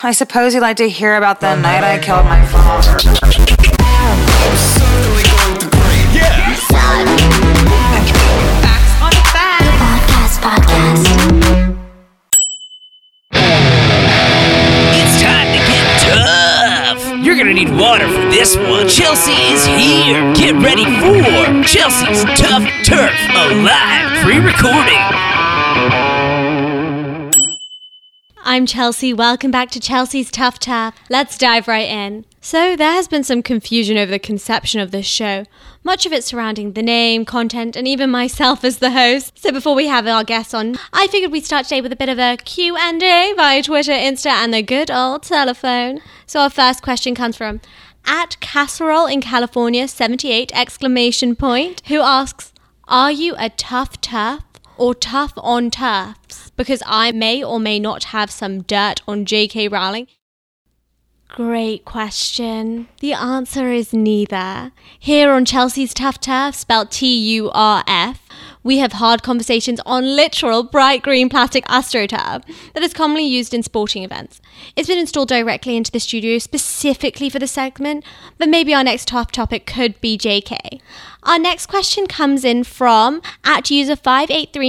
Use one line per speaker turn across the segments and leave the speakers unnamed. I suppose you'd like to hear about the night I killed my father.
Podcast, podcast.
It's time to get tough. You're gonna need water for this one. Chelsea is here. Get ready for Chelsea's Tough Turf, a live pre-recording.
I'm Chelsea. Welcome back to Chelsea's Tough Tap. Let's dive right in. So, there has been some confusion over the conception of this show, much of it surrounding the name, content, and even myself as the host. So, before we have our guests on, I figured we'd start today with a bit of a Q&A via Twitter, Insta, and the good old telephone. So, our first question comes from at casserole in California 78 exclamation point, who asks, "Are you a tough turf?" or tough on turfs because I may or may not have some dirt on JK Rowling? Great question. The answer is neither. Here on Chelsea's Tough Turf, spelled T U R F, we have hard conversations on literal bright green plastic astroturf that is commonly used in sporting events. It's been installed directly into the studio specifically for the segment, but maybe our next tough topic could be JK. Our next question comes in from at user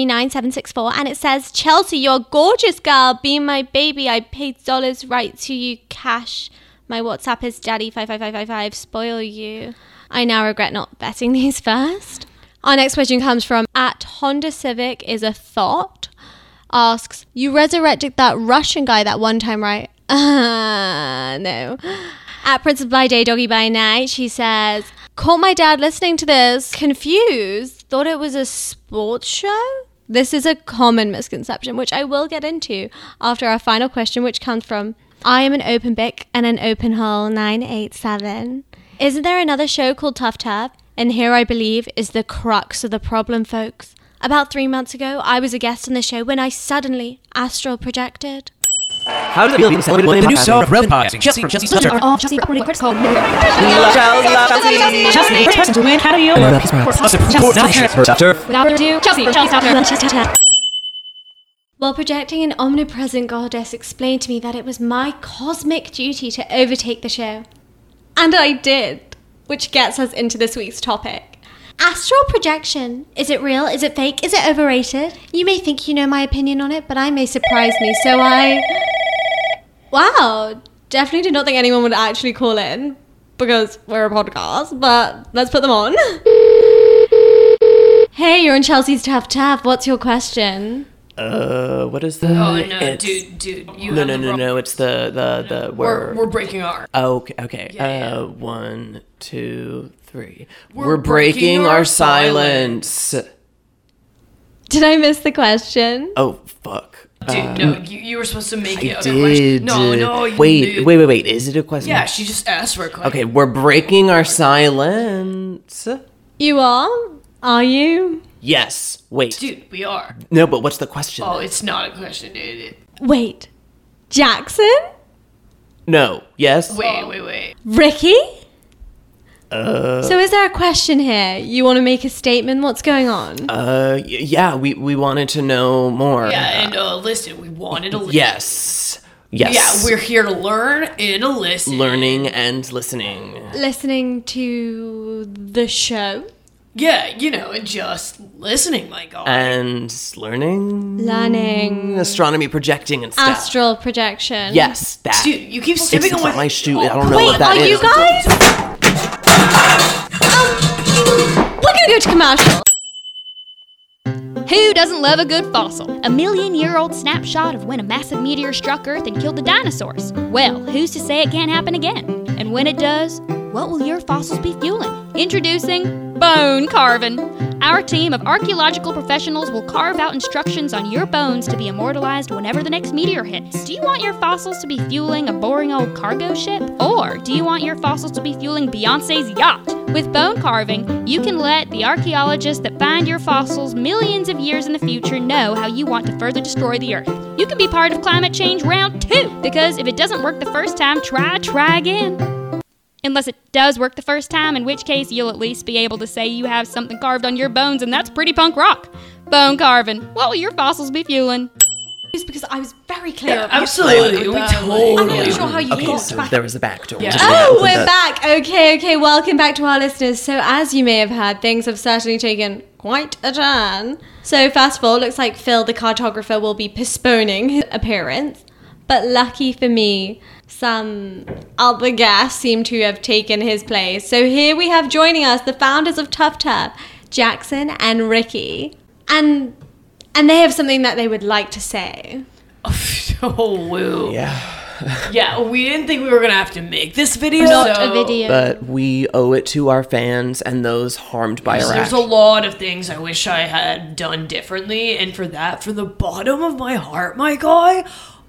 5839764 and it says, Chelsea, you're a gorgeous girl. Be my baby. I paid dollars right to you cash. My WhatsApp is daddy55555. Spoil you. I now regret not betting these first. Our next question comes from at Honda Civic is a thought asks, You resurrected that Russian guy that one time, right? Uh, no. At Princess by Day, Doggy by Night, she says, Caught my dad listening to this, confused, thought it was a sports show? This is a common misconception, which I will get into after our final question, which comes from I am an open bic and an open hole 987. Isn't there another show called Tough Turf? And here I believe is the crux of the problem, folks. About three months ago, I was a guest on the show when I suddenly astral projected.
How does it feel being celebrated when
The new song of Rebel Boxing, Chelsea, Chelsea's Tough Turf.
Oh, Chelsea, pretty critical.
Chelsea, first person to win. How do you?
A Supreme Court nomination.
Without ado, Chelsea, Chelsea, stop her.
While projecting an omnipresent goddess explained to me that it was my cosmic duty to overtake the show. And I did, which gets us into this week's topic. Astral projection. Is it real? Is it fake? Is it overrated? You may think you know my opinion on it, but I may surprise me, so I. Wow, definitely did not think anyone would actually call in because we're a podcast, but let's put them on. hey, you're on Chelsea's Tough Tap. What's your question?
Uh, what is the?
Oh no,
it's-
dude, dude, you
No,
have
no,
the
no,
wrong-
no. It's the the the
We're,
word.
we're breaking our.
oh, okay, okay.
Yeah,
uh, one, two, three. We're,
We're
breaking,
breaking
our
our
silence.
Did I miss the question?
Oh fuck.
Dude, no, you, you were supposed to make it.
Uh, I
other
did.
question. No, no, you
wait,
did.
wait, wait, wait. Is it a question?
Yeah, she just asked for a question.
Okay, we're breaking our silence.
You are? Are you?
Yes. Wait.
dude, we are.
No, but what's the question?
Oh, it's not a question, dude. It-
Wait. Jackson?
No. Yes.
Wait, wait, wait.
Ricky?
Uh,
so is there a question here? You want to make a statement? What's going on?
Uh, y- yeah. We we wanted to know more.
Yeah, and uh, listen, we wanted to listen.
Yes. Yes.
Yeah, we're here to learn and to listen.
learning and listening.
Listening to the show.
Yeah, you know, and just listening, my God.
Uh, And learning
Learning.
astronomy projecting and stuff.
Astral projection.
Mm. yes, that.
dude, you keep
it's
sipping on
not
my.
my shoe. I don't know
Wait,
what that
oh,
are
is.
you guys? Um, we're gonna go to commercial.
Who doesn't love a good fossil?
a million year old snapshot of when a massive meteor struck Earth and killed the dinosaurs. Well, who's to say it can't happen again? And when it does, what will your fossils be fueling?
Introducing
Bone carving. Our team of archaeological professionals will carve out instructions on your bones to be immortalized whenever the next meteor hits. Do you want your fossils to be fueling a boring old cargo ship? Or do you want your fossils to be fueling Beyonce's yacht? With bone carving, you can let the archaeologists that find your fossils millions of years in the future know how you want to further destroy the Earth. You can be part of climate change round two, because if it doesn't work the first time, try, try again.
unless it does work the first time, in which case you'll at least be able to say you have something carved on your bones, and that's pretty punk rock. Bone carving. What will your fossils be fueling?
because I was very clear. about
Oh, Absolutely, we totally.
I'm not sure how you
Okay,
got
so
back.
there was a back door.
Yeah.
Just wanna
Oh,
open
we're
that-
back. Okay, okay. Welcome back to our listeners. So, as you may have heard, things have certainly taken quite a turn. So, first of all, it looks like Phil, the cartographer, will be postponing his appearance. But lucky for me, some other guests seem to have taken his place. So, here we have joining us the founders of Tough Tub, Jackson and Ricky. And and they have something that they would like to say.
oh, woo.
Yeah,
Yeah, we didn't think we were gonna have to make this video.
Not
so
a video.
but we owe it to our fans and those harmed by our
There's
act.
a lot of things I wish I had done differently, and for that, from the bottom of my heart, my guy,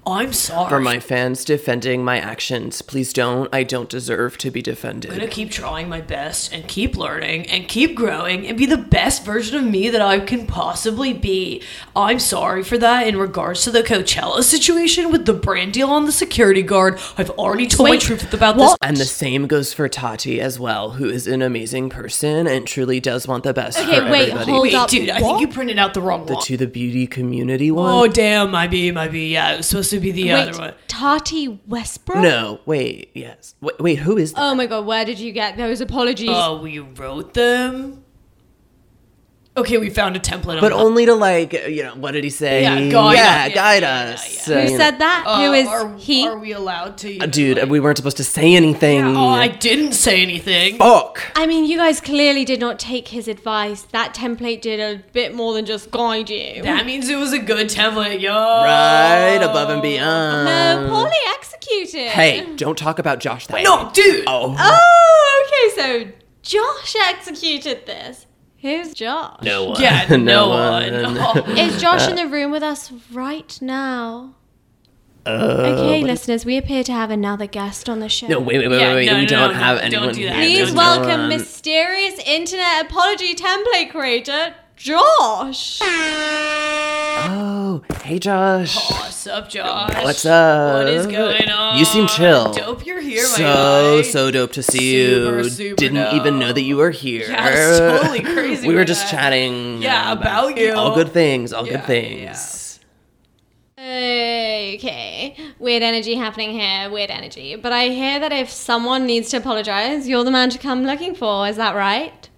I'm sorry.
For my fans defending my actions, please don't. I don't deserve to be
I'm gonna
defended.
keep trying my best and keep learning and keep growing and be the best version of me that I can possibly be. I'm sorry for that in regards to the Coachella situation with the brand deal on the security guard. I've already told
Wait,
my truth about this.
And the same goes for Tati as well, who is an amazing person and truly does want the best
Okay,
for
wait,
everybody.
hold
Wait,
up.
dude, I think you printed out the wrong
the
one.
to the beauty community one.
Oh damn, my B, my B. Yeah, it was supposed to be the
Wait,
other one.
Tati Westbrook?
No, wait, yes. Wait, wait who is that?
Oh my god, where did you get those apologies?
Oh, we wrote them. Okay, we found a template.
but
on
only to like, you know, what did he say?
Oh. Yeah, guide
yeah,
us.
guide
Yeah, yeah,
us.
Who
Uh,
yeah,
you know.
said that?
Uh,
Who is
are,
he?
Are we allowed to? you know,
Dude,
like-
we weren't supposed to say anything.
Oh, I didn't say anything.
Fuck.
I mean, you guys clearly did not take his advice. That template did a bit more than just guide you.
That means it was a good template, yo.
Right above and beyond.
no, poorly executed.
Hey, don't talk about Josh that
No, dude.
Oh.
Oh, okay, so Josh executed this. Who's Josh?
No one.
Yeah, no, one. Oh,
Is Josh in the room with us right now? okay, listeners, we appear to have another guest on the show.
Uh, No, wait, wait, wait,
Yeah,
wait.
no,
we
no,
don't
no,
have
don't
anyone.
do that.
here.
Please
Don't-
welcome
um,
mysterious internet apology template creator, Josh.
Oh, hey, Josh.
What's up, Josh?
What's up?
What is going on?
You seem chill.
Dope, you're here, my
So
guy.
so dope to see
Super,
you.
super
Didn't even know
dope.
that you were here.
Yeah, it's totally crazy.
we were
my
just
guy.
chatting.
Yeah, about you.
All good things. All
Yeah,
good things.
Okay, weird energy happening here, weird energy. But I hear that if someone needs to apologize, you're the man to come looking for, is that right?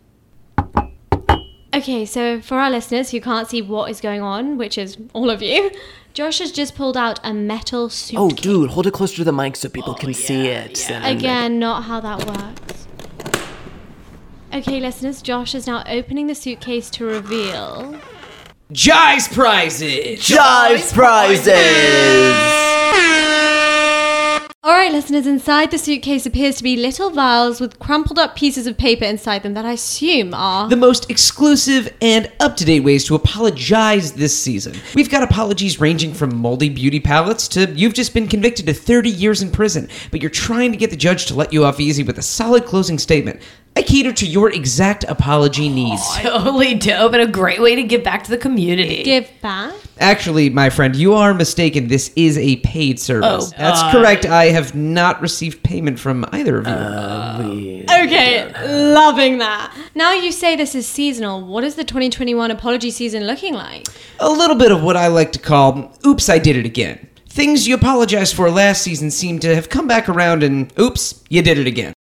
Okay, so for our listeners who can't see what is going on, which is all of you, Josh has just pulled out a metal suitcase.
Oh, dude, hold it close to the mic so
Oh,
people can see it. and-
Again, not how that works. Okay, listeners, Josh is now opening the suitcase to reveal.
Jai's prizes.
Jive prizes.
All right, listeners, inside the suitcase appears to be little vials with crumpled up pieces of paper inside them that I assume are.
The most exclusive and up to date ways to apologize this season. We've got apologies ranging from moldy beauty palettes to you've just been convicted to 30 years in prison, but you're trying to get the judge to let you off easy with a solid closing statement. I cater to your exact apology needs.
Totally dope and a great way to give back to the community.
Give back.
Actually, my friend, you are mistaken. This is a paid service.
Oh,
That's
uh,
correct. I have not received payment from either of you.
Okay, loving that. Now you say this is seasonal. What is the 2021 apology season looking like?
a little bit of what I like to call oops, I did it again. Things you apologized for last season seem to have come back around and oops, you did it again.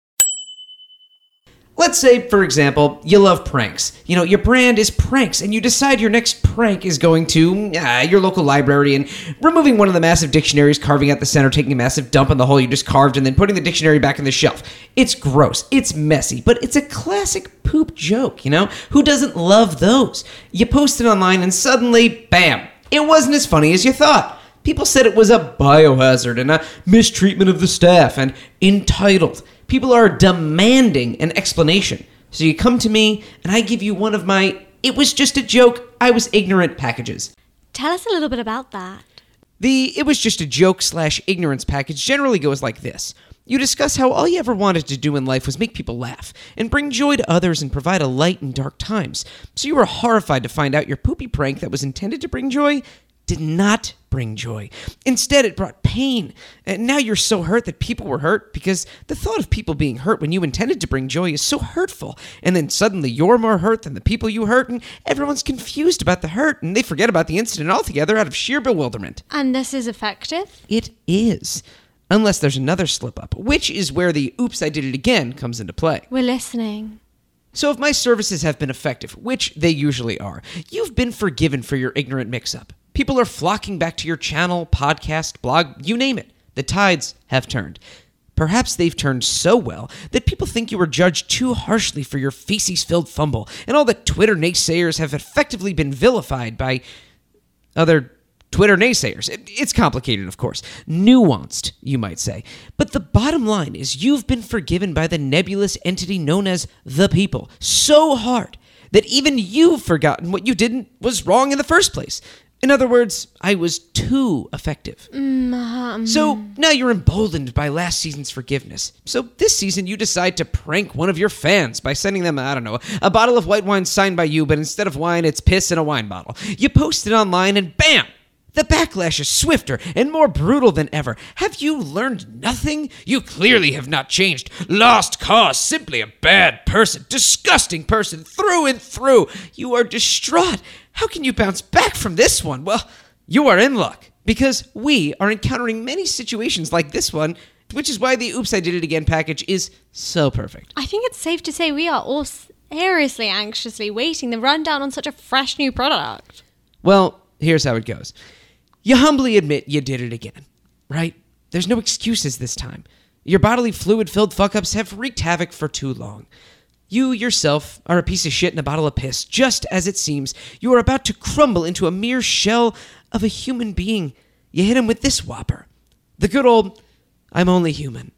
Let's say, for example, you love pranks. You know, your brand is pranks, and you decide your next prank is going to uh, your local library and removing one of the massive dictionaries, carving out the center, taking a massive dump on the hole you just carved, and then putting the dictionary back in the shelf. It's gross, it's messy, but it's a classic poop joke, you know? Who doesn't love those? You post it online, and suddenly, bam, it wasn't as funny as you thought. People said it was a biohazard and a mistreatment of the staff and entitled. People are demanding an explanation. So you come to me and I give you one of my it was just a joke, I was ignorant packages.
Tell us a little bit about that.
The it was just a joke slash ignorance package generally goes like this. You discuss how all you ever wanted to do in life was make people laugh and bring joy to others and provide a light in dark times. So you were horrified to find out your poopy prank that was intended to bring joy did not bring joy. Instead, it brought pain. And now you're so hurt that people were hurt because the thought of people being hurt when you intended to bring joy is so hurtful. And then suddenly you're more hurt than the people you hurt, and everyone's confused about the hurt and they forget about the incident altogether out of sheer bewilderment.
And this is effective?
It is. Unless there's another slip up, which is where the oops, I did it again comes into play.
We're listening.
So, if my services have been effective, which they usually are, you've been forgiven for your ignorant mix up. People are flocking back to your channel, podcast, blog, you name it. The tides have turned. Perhaps they've turned so well that people think you were judged too harshly for your feces filled fumble, and all the Twitter naysayers have effectively been vilified by other Twitter naysayers. It- It's complicated, of course. Nuanced, you might say. But the bottom line is you've been forgiven by the nebulous entity known as the people so hard that even you've forgotten what you didn't was wrong in the first place. In other words, I was too effective. So now you're emboldened by last season's forgiveness. So this season you decide to prank one of your fans by sending them, I don't know, a bottle of white wine signed by you, but instead of wine, it's piss in a wine bottle. You post it online and bam! The backlash is swifter and more brutal than ever. Have you learned nothing? You clearly have not changed. Lost cause, simply a bad person, disgusting person, through and through. You are distraught. How can you bounce back from this one? Well, you are in luck because we are encountering many situations like this one, which is why the Oops, I Did It Again package is so perfect.
I think it's safe to say we are all seriously anxiously waiting the rundown on such a fresh new product.
Well, here's how it goes you humbly admit you did it again, right? There's no excuses this time. Your bodily fluid filled fuck ups have wreaked havoc for too long. You yourself are a piece of shit in a bottle of piss, just as it seems you are about to crumble into a mere shell of a human being. You hit him with this whopper. The good old, I'm only human.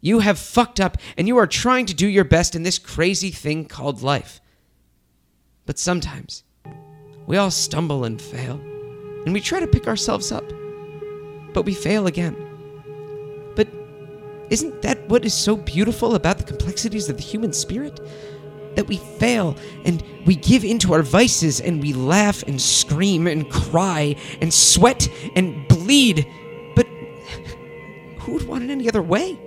You have fucked up and you are trying to do your best in this crazy thing called life. But sometimes, we all stumble and fail, and we try to pick ourselves up, but we fail again. But isn't that what is so beautiful about the complexities of the human spirit? That we fail and we give into our vices and we laugh and scream and cry and sweat and bleed. But who would want it any other way?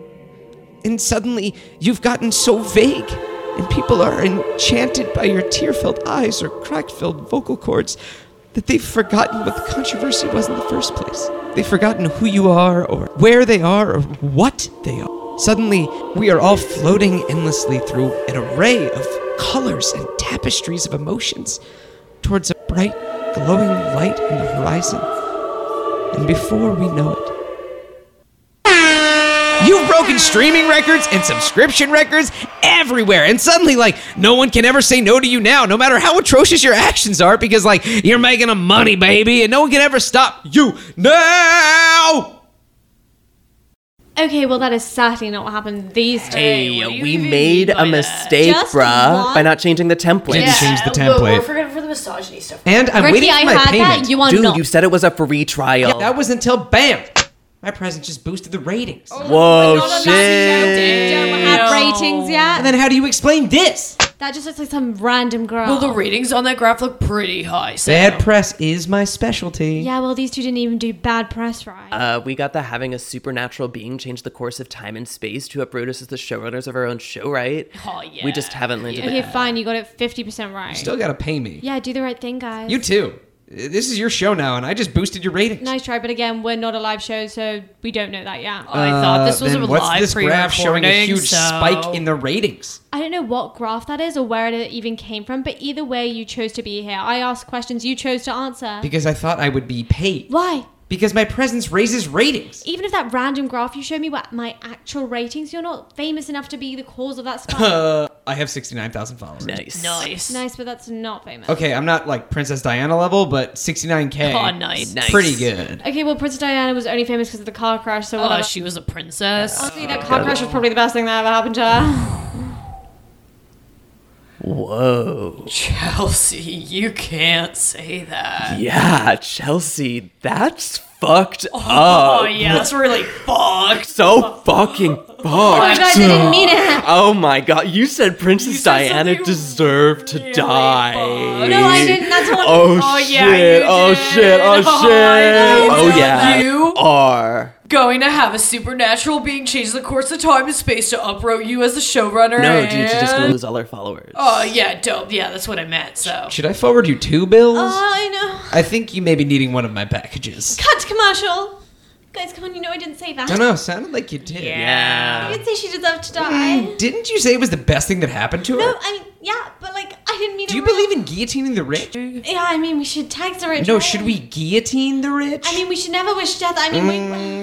And suddenly you've gotten so vague, and people are enchanted by your tear filled eyes or crack filled vocal cords that they've forgotten what the controversy was in the first place. They've forgotten who you are, or where they are, or what they are. Suddenly, we are all floating endlessly through an array of colors and tapestries of emotions towards a bright, glowing light on the horizon. And before we know it, You've broken streaming records and subscription records everywhere. And suddenly, like, no one can ever say no to you now, no matter how atrocious your actions are, because, like, you're making them money, baby, and no one can ever stop you now.
Okay, well, that is certainly not what happened these two.
Hey, we made a mistake,
Just
bruh,
one-
by not changing the template.
Yeah,
change the
well, We're,
template.
forgetting for the misogyny stuff.
And I'm
Ricky,
waiting for
I
my
had
payment.
that. You are
Dude,
not.
you said it was a free trial.
that was until bam. My presence just boosted the ratings.
Whoa,
don't
shit.
have ratings yet.
And then how do you explain this?
that just looks like some random girl.
Well, the ratings on that graph look pretty high. So.
Bad press is my specialty.
yeah, well, these two didn't even do bad press right.
Uh, we got the having a supernatural being change the course of time and space to uproot us as the showrunners of our own show, right?
Oh, yeah.
We just haven't landed
okay,
it.
fine, you got it 50% right.
Still gotta pay me.
yeah, do the right thing, guys.
You too. This is your show now, and I just boosted your ratings.
nice try, but again, we're not a live show, so we don't know that yet.
I thought this
Uh,
was a
then what's
live
this graph showing a huge spike in the ratings?
I don't know what graph that is or where it even came from, but either way, you chose to be here. I asked questions you chose to answer.
Because I thought I would be paid.
Why?
Because my presence raises ratings.
Even if that random graph you showed me were my actual ratings, you're not famous enough to be the cause of that spike.
Uh, I have 69,000 followers.
Nice.
Nice.
nice, but that's not famous.
Okay, I'm not like Princess Diana level, but 69K.
Oh, nice.
Nice.
Pretty good.
Okay, well, Princess Diana was only famous because of the car crash, so
Oh,
whatever.
she was a princess.
Honestly, that car crash was probably the best thing that ever happened to her.
Whoa.
Chelsea, you can't say that.
Yeah, Chelsea, that's fucked
Oh,
up.
yeah, that's really fucked.
So fucking fucked. Oh
my God, I didn't mean it.
Oh my god, you said Princess Diana deserved to die.
No, I didn't. That's what.
Oh,
Oh,
shit.
yeah, you
oh,
did.
shit. Oh shit.
Oh,
Oh
I know.
yeah. Oh.
You-
are.
Going to have a supernatural being change the course of time and space to uproot you as the showrunner.
No, dude, she's just gonna
and-
lose all her followers.
Oh yeah, dope. Yeah, that's what I meant. So
Should I forward you two bills?
Uh,
Oh, I know.
I think you may be needing one of my packages.
Cut to commercial. Guys, come on. You know I didn't say that.
I don't know. Sounded like you did.
yeah.
I didn't say she deserved to die.
Didn't you say it was the best thing that happened to her?
No, I mean, yeah, but like, I didn't mean.
Do you
it wrong.
believe in guillotining the rich?
Yeah, I mean, we should tax the rich.
No,
right?
should we guillotine the rich?
I mean, we should never wish death. I mean, we.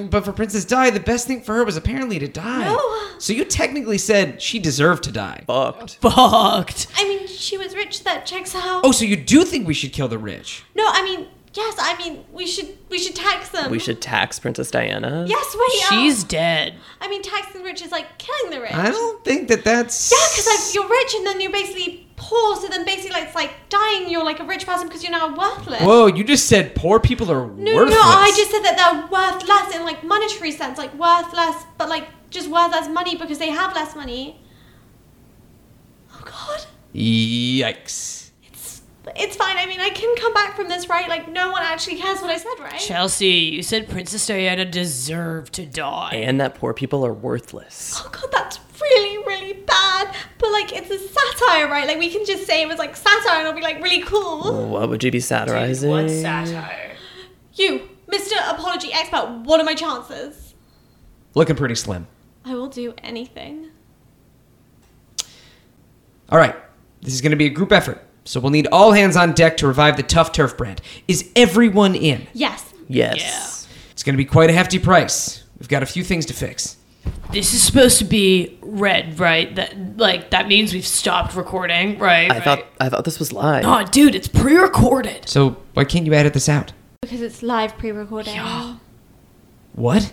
Mm, but for Princess Di, the best thing for her was apparently to die.
No.
So you technically said she deserved to die.
Fucked.
fucked.
I mean, she was rich. That checks out.
Oh, so you do think we should kill the rich?
No, I mean, yes. I mean, we should. We should tax them.
We should tax Princess Diana.
Yes, wait.
She's
Uh,
dead.
I mean, taxing the rich is like killing the rich.
I don't think that that's.
Yeah, because you're rich and then you're basically poor, so then basically like, it's like dying. You're like a rich person because you're now worthless.
Whoa, you just said poor people are
No,
worthless.
no, I just said that they're worth less in like monetary sense, like worth less, but like just worth less money because they have less money. Oh God,
Yikes.
it's fine. I mean, I can come back from this, right? Like no one actually cares what I said, right?
Chelsea, you said Princess Diana deserved to die.
And that poor people are worthless.
Oh God, that's really, really bad. But like, it's a satire, right? Like we can just say it was like satire, and it'll be like really cool.
What would you be satirizing?
What satire?
You, Mister Apology Expert, what are my chances?
Looking pretty slim.
I will do anything.
All right, this is going to be a group effort, so we'll need all hands on deck to revive the Tough Turf brand. Is everyone in?
Yes.
yes.
It's going to be quite a hefty price. We've got a few things to fix.
This is supposed to be red, right? That like that means we've stopped recording, right?
I thought I thought this was live.
Oh, dude, it's pre-recorded.
So why can't you edit this out?
Because it's live pre-recording.
What?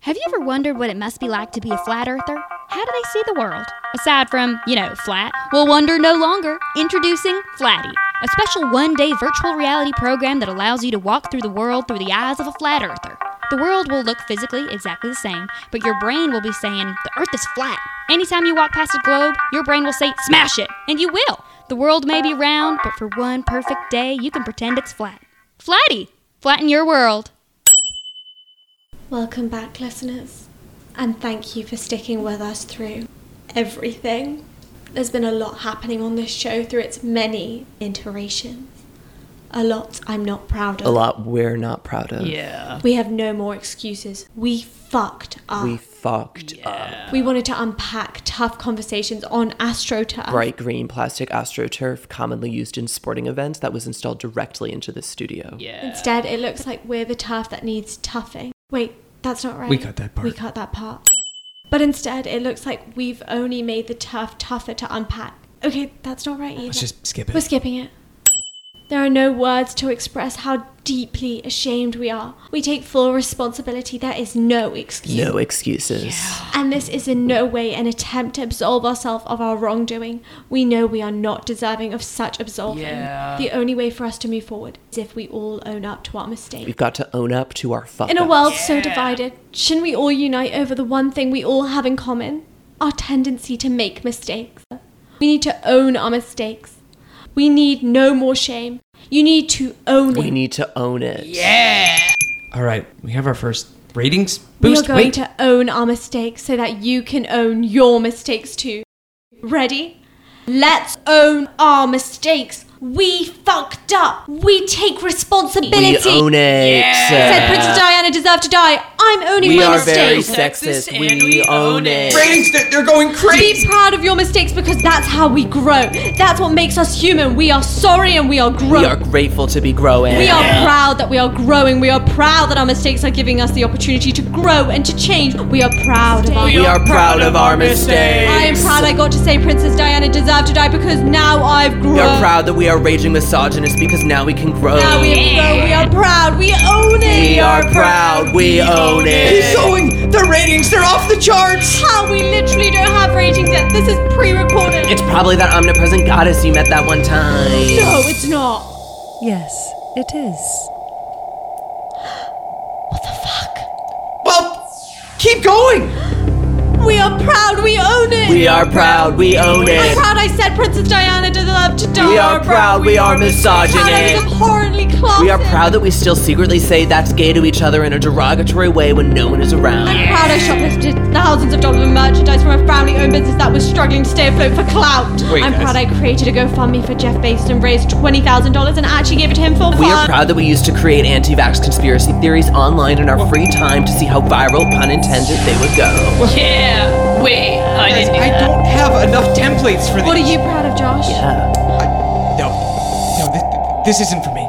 Have you ever wondered what it must be like to be a flat earther? How do they see the world? Aside from, you know, flat, we'll wonder no longer. Introducing Flatty, a special one day virtual reality program that allows you to walk through the world through the eyes of a flat earther. The world will look physically exactly the same, but your brain will be saying, The earth is flat. Anytime you walk past a globe, your brain will say, Smash it! And you will. The world may be round, but for one perfect day, you can pretend it's flat. Flatty! Flatten your world.
Welcome back, listeners, and thank you for sticking with us through everything. There's been a lot happening on this show through its many iterations. A lot I'm not proud of.
A lot we're not proud of.
Yeah.
We have no more excuses. We fucked up.
We
We,
fucked up.
wanted to unpack tough conversations on AstroTurf.
Bright green plastic astroturf commonly used in sporting events that was installed directly into the studio.
Yeah.
Instead, it looks like we're the turf that needs toughing. Wait, that's not right.
We cut that part.
We cut that part. But instead, it looks like we've only made the turf tougher to unpack. Okay, that's not right either.
Let's just skip it.
We're skipping it. There are no words to express how deeply ashamed we are. We take full responsibility. There is no excuse.
No excuses.
And this is in no way an attempt to absolve ourselves of our wrongdoing. We know we are not deserving of such absolving.
Yeah.
The only way for us to move forward is if we all own up to our mistake.
We've got to own up to our fuck
In a
ups.
world so divided, shouldn't we all unite over the one thing we all have in common? Our tendency to make mistakes. We need to own our mistakes. We need no more shame. You need to own
We
it.
need to own it.
All right, we have our first ratings
we
boost.
are going
Wait,
to own our mistakes so that you can own your mistakes too. Ready? Let's own our mistakes. We fucked up. We take responsibility.
We own it.
e- Said Princess Diana deserved to die. I'm owning
we
my
are very
mistakes.
sexist.
Sexist
we,
and we
own
own
it.
it.
ratings that they're going
Be
crazy.
proud of your mistakes because that's how we grow. That's what makes us human. We are sorry and we are
We are
growing.
grateful to be growing.
We are proud that we are growing. We are proud that our mistakes are giving us the opportunity to grow and to change. We are proud of our.
We are proud of our mistakes.
I am proud I got to say Princess Diana deserved to die because now I've grown.
We are proud that we are raging misogynists because now we can grow.
Now we have grown. We are proud. We own it.
We are proud. We own
He's
it.
going. The ratings, they're off the charts.
How we literally don't have ratings yet. This is pre-recorded.
It's probably that omnipresent goddess you met that one time.
no, it's not.
Yes, it is.
keep going.
We are proud. We own it.
We are proud. We own
I'm
it.
proud I said Princess Diana did love to die.
We are proud. We are
Diana is
misogynist.
abhorrently classic.
We are proud that we still secretly say that's gay to each other in a derogatory way when no one is around.
I'm proud I shoplifted thousands of dollars in merchandise from a family-owned business that was struggling to stay afloat for clout.
Wait,
I'm
guys.
proud I created a GoFundMe for Jeff Bezos and raised twenty thousand dollars and actually gave it to him for
We are
fun.
proud that we used to create anti vax conspiracy theories online in our free time to see how viral, pun intended, they would go.
Yeah. Wait, I didn't do
I
that.
don't have enough templates for
What are
these.
you proud of, Josh?
No, no, thi- this, isn't for me.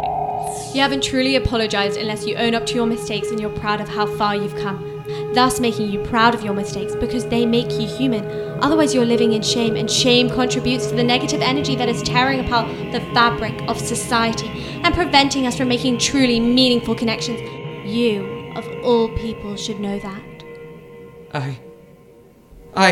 You haven't truly apologized unless you own up to your mistakes and you're proud of how far you've come, thus making you proud of your mistakes because they make you human. Otherwise, you're living in shame, and shame contributes to the negative energy that is tearing apart the fabric of society and preventing us from making truly meaningful connections. You, of all people, should know that.
I. I.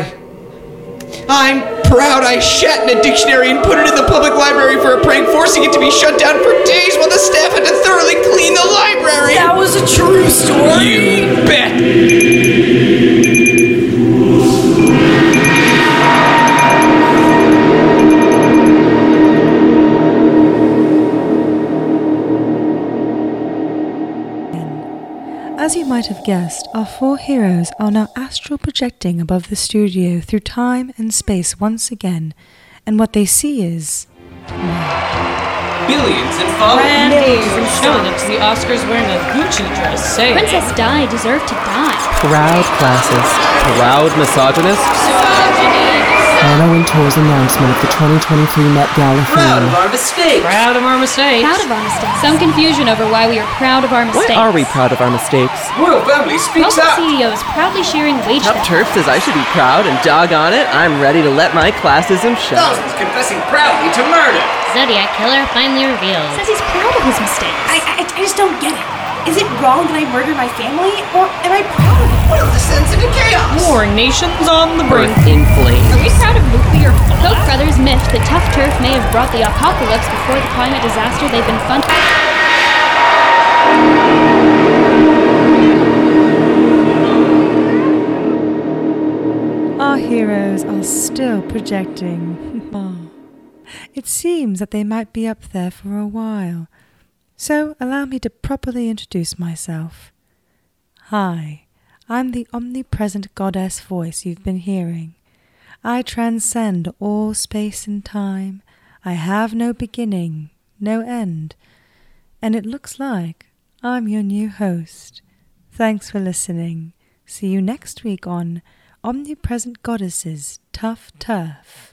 I'm proud I shat in a dictionary and put it in the public library for a prank, forcing it to be shut down for days while the staff had to thoroughly clean the library.
That was a true story.
You bet.
As you might have guessed, our four heroes are now astral projecting above the studio through time and space once again, and what they see is.
Billions and followers.
Nays and showing up to the Oscars wearing a Gucci dress. Say
Princess Di deserved to die.
Proud classist, proud misogynist. Anna Wintour's announcement of the 2023 Met Gala
Proud of our mistakes.
Proud of our mistakes.
Proud of our mistakes. Some confusion over why we are proud of our mistakes.
proud of our mistakes?
Royal family speaks
Welcome
up.
CEOs proudly sharing wage
Top
theft.
Turf says I should be proud, and doggone it, I'm ready to let my classism show.
Thousands confessing proudly to murder.
Zodiac killer finally revealed. Says he's proud of his mistakes.
I, I, I just don't get it. Is it wrong that I murdered my family, or am I proud of it?
Will descends into chaos.
Warring nations on the brink.
Earth in flames.
Are you proud of nuclear fallout? Koch brothers myth that tough turf may have brought the apocalypse before the climate disaster they've been funding.
Our heroes are still projecting. Ah. it seems that they might be up there for a while. So allow me to properly introduce myself. Hi, I'm the omnipresent goddess voice you've been hearing. I transcend all space and time. I have no beginning, no end. And it looks like I'm your new host. Thanks for listening. See you next week on Omnipresent Goddesses Tough Turf.